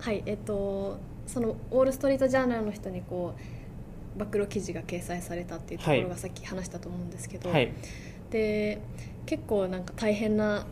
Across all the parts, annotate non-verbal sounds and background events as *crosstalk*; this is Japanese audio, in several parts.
はいえっとそのウォール・ストリート・ジャーナルの人にこう暴露記事が掲載されたっていうところはがいさっき話したと思うんですけど、はいで結構なんか大変な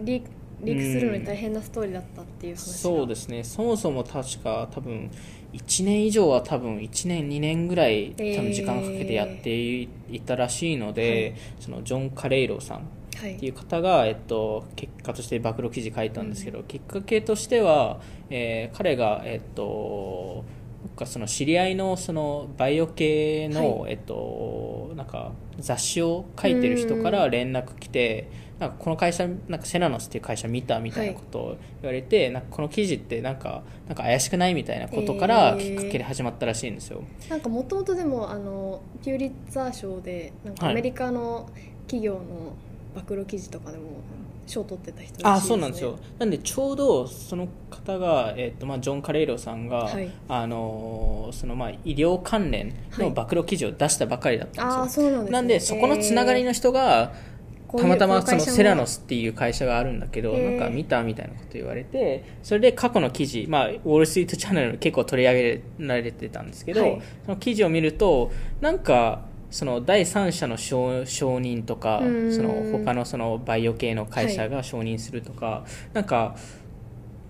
リリークするのに大変なストーリーだったっていう話がそうですねそもそも確か多分1年以上は多分1年2年ぐらい多分時間かけてやっていいたらしいので、そのジョン・カレイロさんはいっていう方が、えっと、結果として暴露記事書いたんですけど、きっかけとしては、えー彼が、えっと、僕がその知り合いのそのバイオ系の、はえっと、なんか雑誌を書いてる人かうんらう連絡来て、なんかこの会社なんかセナノスっていう会社見たみたいなことを言われて、なんかこの記事ってなんかなんか怪しくないみたいなことからえきーっかけで始まったらしいんですよ。なんかもともとでもあのピューリッツァー賞でなんかはいアメリカの企業の暴露記事とかでも賞取ってた人らあしいそうなんですよなんでちょうどその方が、えっとまあ、ジョン・カレイロさんが、はいあのーそのまあ医療関連の暴露記事を出したばかりだったんですよ、ああそうなんですねなんでそこのつながりの人が、こういたうまたまそのこういう会社もセラノスっていう会社があるんだけど、へーなんか見たみたいなこと言われてそれで過去の記事、まあ、ウォール・ストリート・チャンネル結構取り上げられてたんですけど、はいその記事を見るとなんかその第三者の承承認とかうーんその他のそのバイオ系の会社が承認するとか、なんか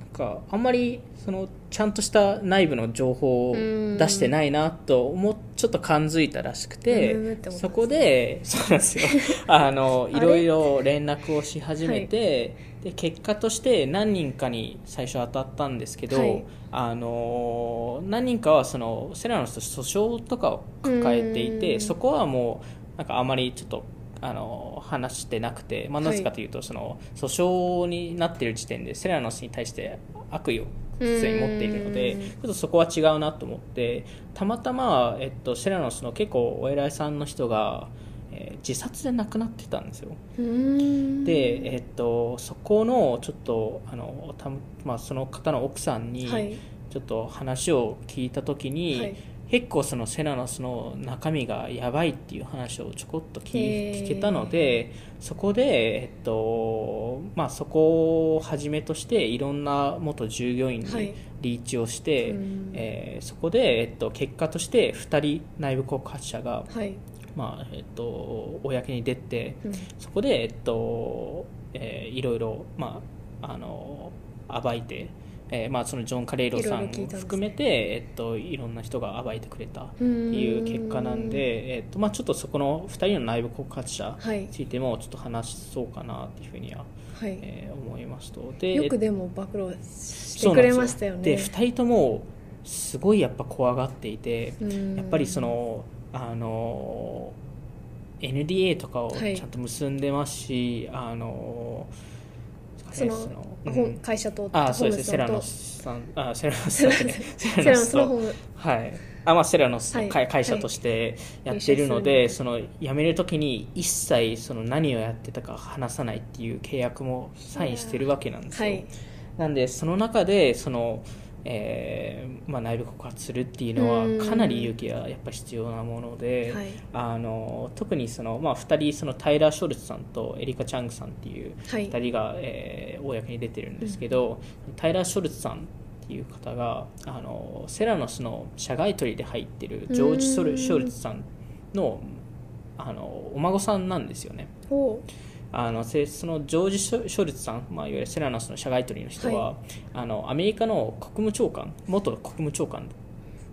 なんかあんまりそのちゃんとした内部の情報を出してないなと思っちょっと感づいたらしくてうんうんって思ったんですねそこでそうなん *laughs* ですよあのいあろれいろ連絡をし始めて、で結果として何人かに最初当たったんですけど、はいあの何人かはそのセラノスと訴訟とかを抱えてういんうんうてんそこはもうなんかあまりちょっとあの話してなくて、まあ、はいなぜかというと、その訴訟になっている時点でセラノスに対して悪意を普通に持っているのでうちんょっとそこは違うなと思ってたまたま、えっと、セラノスの結構お偉いさんの人が、えー自殺で亡くなってたんですよ。うーんで、えっと、そこのちょっとあのた、まあ、その方の奥さんにはいちょっと話を聞いた時に、はい結構そのセラノスの中身がやばいっていう話をちょこっと聞,、へー聞けたのでそこで、えっとまあ、そこをはじめとしていろんな元従業員はいにリーチをして、うんえーそこで、えっと、結果として2人内部告発者が、はい、まあえっと、公に出て。うんそこで、えっとえーいろいろ、まあ、あの暴いて、えーまあ、そのジョン・カレイロさいろいろん聞いたんですね含めてえっと、いろんな人が暴いてくれたっていう結果なんで、えっとまあ、ちょっとそこの2人の内部告発者はいについてもちょっと話そうかなっていうふうには、はい、えー思いますとでよくでも暴露してくれましたよねで2人ともすごいやっぱ怖がっていて。うんやっぱりそのあの NDA とかをはいちゃんと結んでますし、あのそのうんほん会社とあそうですホねセーラノムズスさんあセラノスだってねとセセララノノススのホとームはいあまあセラノスのは会い会社としてやっているので、はいその辞めるときに一切その何をやってたか話さないっていう契約もサインしてるわけなんですはよ、いなんでその中でその、えーまあ、内部告発するっていうのうんはかなり勇気がやっぱ必要なもので、はいあの特にその、まあ、2人そのタイラー・ショルツさんとエリカ・チャングさんっていうはい2人が、えー公に出てるんですけど、タイラー・ショルツさんっていう方があのセラノスの社外取りで入ってるジョージ・ソうルんショルツさんのあのお孫さんなんですよね。ほあのせそのジョージ・ショショルツさん、まあ、いわゆるセラノスの社外取りの人は、はあのアメリカの国務長官元国務長官う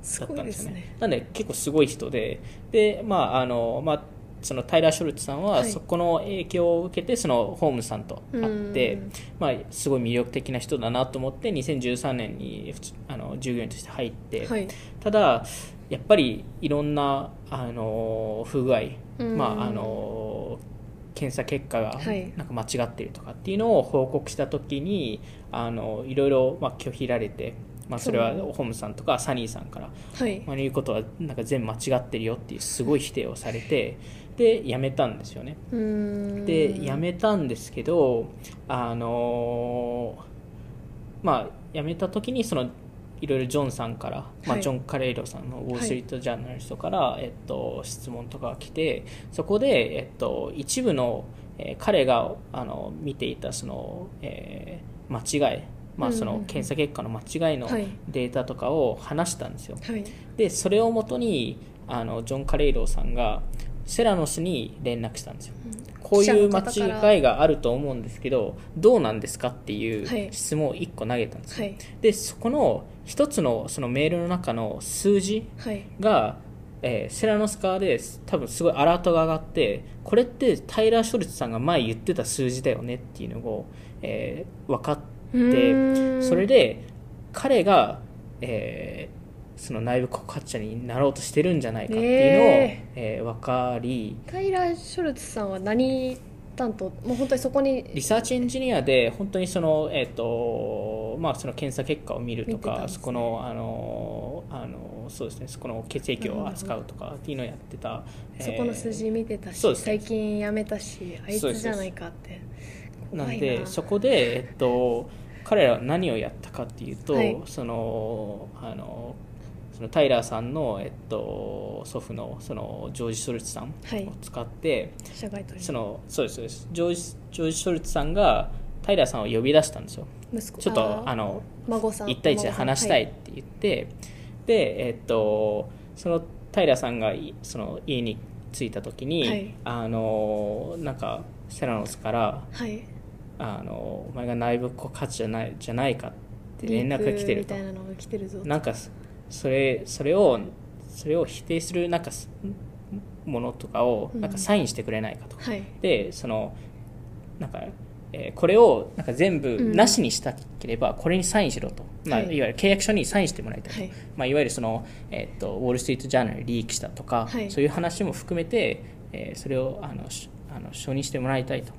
すだっごたいんでですすよねねなんで結構すごい人でで、まああのまあ、そのタイラー・ショルツさんははいそこの影響を受けてそのホームズさんと会ってうん、まあ、すごい魅力的な人だなと思って2013年にふつあの従業員として入って、はいただやっぱりいろんなあの不具合、うんまあ、あの検査結果がはいなんか間違ってるとかっていうのを報告した時にあのいろいろまあ拒否られて、まあ、それはそうホームズさんとかサニーさんからはいまあ、言うことはなんか全部間違ってるよっていうすごい否定をされてで辞めたんですよねうーんで辞めたんですけどあのーまあ辞めた時にそのいろいろジョンさんから、まはあ、いジョン・カレイロさんのウォール・ストリート・ジャーナリストから、えっと、質問とかが来てそこで、えっと、一部の、えー彼があの見ていたその、えー間違いまあ、そうんうんのうん検査結果の間違いのはいデータとかを話したんですよ、はいでそれをもとにあのジョン・カレイローさんがセラノスに連絡したんですよこういう間違いがあると思うんですけどどうなんですかってはいいう質問を1個投げたんですよ、はいでそこの1つのそのメールの中の数字はいが、えーセラノス側で多分すごいアラートが上がってこれってタイラー・ショルツさんが前言ってた数字だよねっていうのを、えー分かっうーてんそれで彼が、えーその内部告発者になろうとしてるんじゃないかっていうのを、ええー分かりタイラー・ショルツさんは何担当もう本当にそこにリサーチエンジニアで本当にその、えっとまあ、その検査結果を見ると見てたんか、ですねそこのあのあのそうですねそこの血液を扱うとかっていうのをやってた、えーそこの数字見てたし、そうです最ね近辞めたしあいそうつですじゃないかってな怖んいでなそこで、えっと、彼らは何をやったかっていうと、はいそのあのそのタイラーさんの、えっと、祖父のそのジョージ・ショルツさんをはい使って、社外取りそのそうですそうですジョージジョージ・ショルツさんがタイラーさんを呼び出したんですよ息子ちょっとあの孫さん1対1で話したいっはて言って、でえっとその平さんがいその家に着いた時に、はいあのなんかセラノスからはい、はいあの「お前が内部告発じゃないじゃないか」って連絡が来てるリークみとたいなのが来てるぞなんかそそれそれをそれを否定するなんかすものとかをうんなんかサインしてくれないかと、はいでそのなんか、えーこれをなんか全部うんなしにしたければこれにサインしろと、まあ、はいいわゆる契約書にサインしてもらいたいと、はいまあ、いわゆるその、えー、とウォール・ストリート・ジャーナルにリークしたとか、はいそういう話も含めて、えーそれをあのしあの承認してもらいたいと。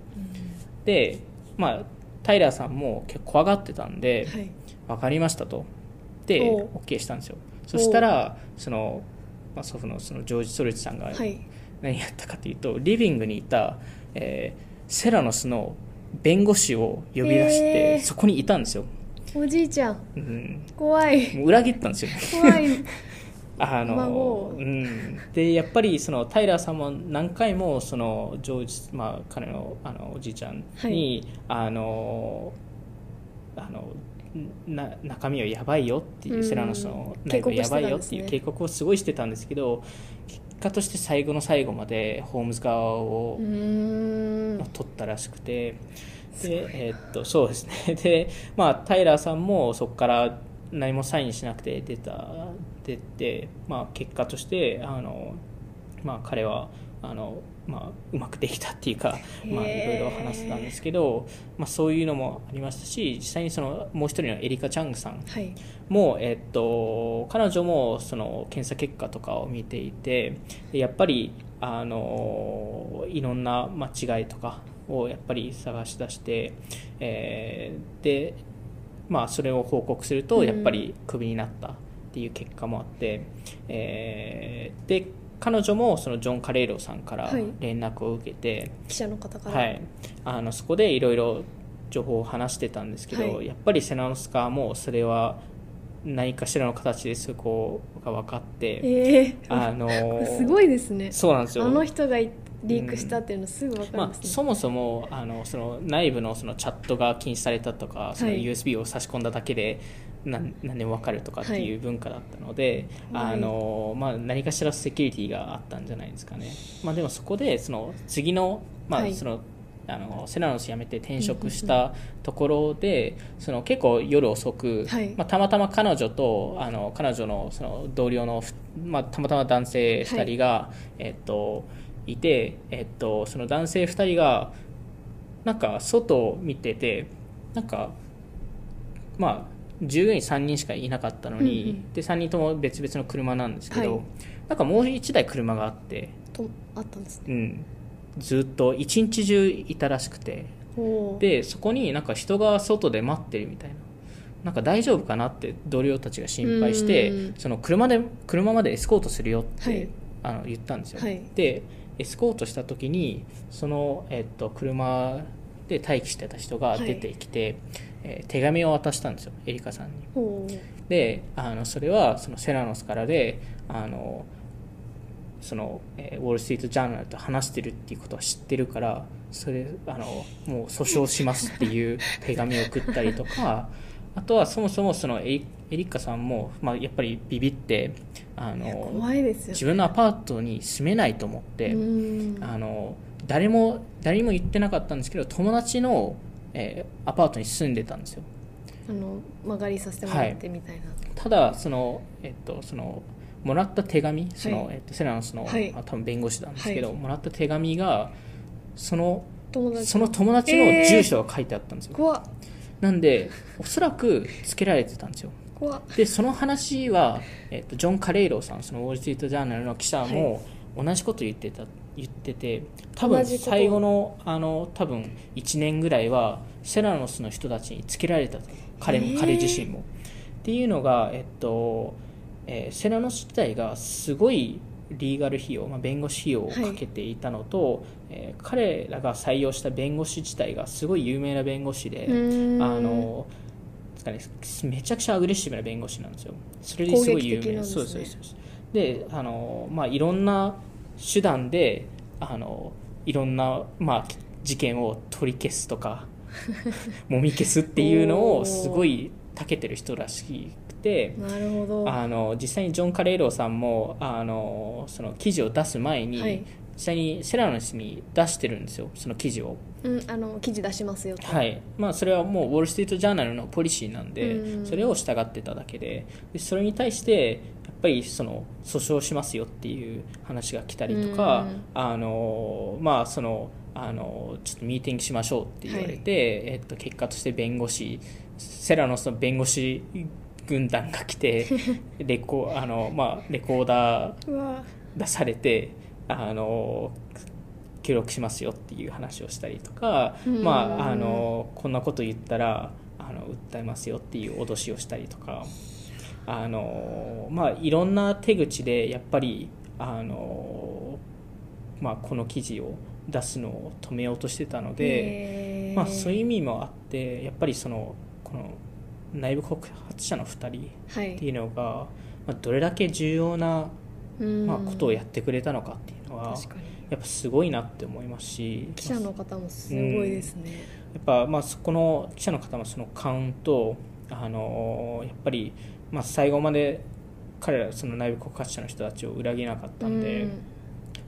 で、まあ、タイラーさんも結構怖がってたんで、はい分かりましたとでおう OK したんですよそしたらその、まあ、祖父のそのジョージ・ソルチさんがはい何やったかというと、リビングにいた、えーセラノスの弁護士を呼び出して、えーそこにいたんですよ、おじいちゃんうん、怖いもう裏切ったんですよ怖 *laughs* いあ孫の、うん、でやっぱりそのタイラーさんも何回もそのジョージ、まあ、彼のあのおじいちゃんに、あのあのな中身はやばいよっていううんセラノスの内部は警告やしてたばんいよでっすてねいう警告をすごいしてたんですけど結果として最後の最後までホームズ側をうーん取ったらしくて、でえーっとそうですね *laughs* で、まあ、タイラーさんもそこから何もサインしなくて出た出て、まあ、結果としてあの、まあ、彼はあの、まあ、うまくできたっていうか、まあ、へいーろいろ話してたんですけど、まあ、そういうのもありましたし実際にそのもう一人のエリカ・チャングさんはいもう、えっと、彼女もその検査結果とかを見ていてでやっぱりあのいろんな間違いとかをやっぱり探し出して、えーで、まあ、それを報告するうとんやっぱりクビになったっていう結果もあって、えーで彼女もそのジョン・カレイロさんからはい連絡を受けて、記者の方からはい、あのそこでいろいろ情報を話してたんですけど、はいやっぱりセナノスカもそれは何かしらの形でそこが分かって、ええあの *laughs* すごいですねそうなんですあよの人がリークしたっていうのすぐ分かるんまであ、すね、そもそもあのその内部のそのチャットが禁止されたとか、そのはい USB を差し込んだだけで何何でも分かるとかってはいいう文化だったので、はいあのまあ、何かしらセキュリティがあったんじゃないですかね、まあ、でもそこでその次の,、まはあいそのあのセラノス辞めて転職したところでその結構夜遅く、はいまあ、たまたま彼女とあの彼女のその同僚のふ、まあ、たまたま男性2人が、えっと、いて、えっと、その男性2人がなんか外を見ててなんかまあ従業員3人しかいなかったのに、うんうんで3人とも別々の車なんですけど、はいなんかもう1台車があって、とあったんですねうん、ずっと一日中いたらしくておーでそこになんか人が外で待ってるみたいな。なんか大丈夫かなって同僚たちが心配して、うんその車で車までエスコートするよって、はいあの言ったんですよ、はいでエスコートした時にその、えっと、車で待機してた人が出てきて、えー手紙を渡したんですよエリカさんにおーであのそれはそのセラノスからであのその、えーウォール・ストリート・ジャーナルと話してるっていうことは知ってるからそれあのもう訴訟しますっていう手紙を送ったりとか *laughs* あとはそもそもそのエリエリッカさんも、まあ、やっぱりビビってあいやの怖いですよ自分のアパートに住めないと思って、うんあの誰も誰にも言ってなかったんですけど友達の、えーアパートに住んでたんですよあの曲がりさせてもらってみたいな、ただその、えっと、そのもらった手紙その、はえっと、セラのその、はいまあ多分弁護士なんですけど、はいもらった手紙がその友達その友達の住所が書いてあったんですよ、怖っなんでおそらくつけられてたんですよ怖っでその話は、えっと、ジョン・カレイローさんそのウォール・ストリート・ジャーナルの記者も同じこと言ってた言ってて多同分じこと最後のあの多分1年ぐらいはセラノスの人たちにつけられたと彼も、へー彼自身も。っていうのが、えっとえーセラノス自体がすごいリーガル費用、まあ、弁護士費用をかけていたのと、えー彼らが採用した弁護士自体がすごい有名な弁護士で。うんあのですかねめちゃくちゃアグレッシブな弁護士なんですよそれで攻すごい撃有的名なんですそねうですそうですそうですであの、まあ、いろんな手段であのいろんな、まあ、事件を取り消すと *laughs* かもみ消すっていうのおをーすごい長けてる人らしくてなるほどあの実際にジョン・カレイローさんもあのその記事を出す前に、はい実際にセラノスに出してるんですよその記事を。うん、あの記事出しますよってはいまあ、それはもうウォール・ストリート・ジャーナルのポリシーなんうでんそれを従ってただけででそれに対してやっぱりその訴訟しますよっていう話が来たりとうかんあの、まあ、そのあのちょっとミーティングしましょうって言われて、えっと、結果として弁護士セラのその弁護士軍団が来 *laughs* てレコあの、まあ、レコーダーうわ出されてあの記録しますよっていう話をしたりとか、うんまあ、あのこんなこと言ったらあの訴えますよっていう脅しをしたりとかあの、まあ、いろんな手口でやっぱりあの、まあ、この記事を出すのを止めようとしてたので、へーまあ、そういう意味もあってやっぱりそのこの内部告発者の2人はっていいうのが、まあ、どれだけ重要なうんまあ、ことをやってくれたのかっていうのは確かにやっぱすごいなって思いますし記者の方もすごいですね、やっぱ、まあ、そこの記者の方もその勘とあのやっぱり、まあ、最後まで彼らその内部告発者の人たちを裏切らなかったんで、うやっ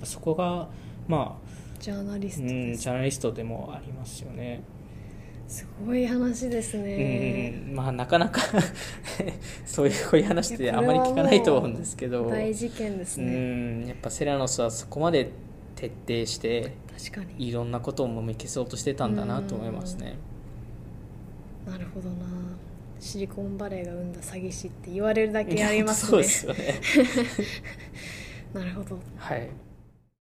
ぱそこが、まあジャーナリうストん、でジす、ャーナリストでもありますよね。すごい話ですね、うんまあ、なかなか *laughs* そういうこういう話ってあまり聞かないと思うんですけど大事件ですうね、んやっぱセラノスはそこまで徹底して。確かにいろんなことをもみ消そうとしてたんだなと思いますね。なるほどなシリコンバレーが生んだ詐欺師 *laughs* って言われるだけありますそうねですよね。なるほどはい。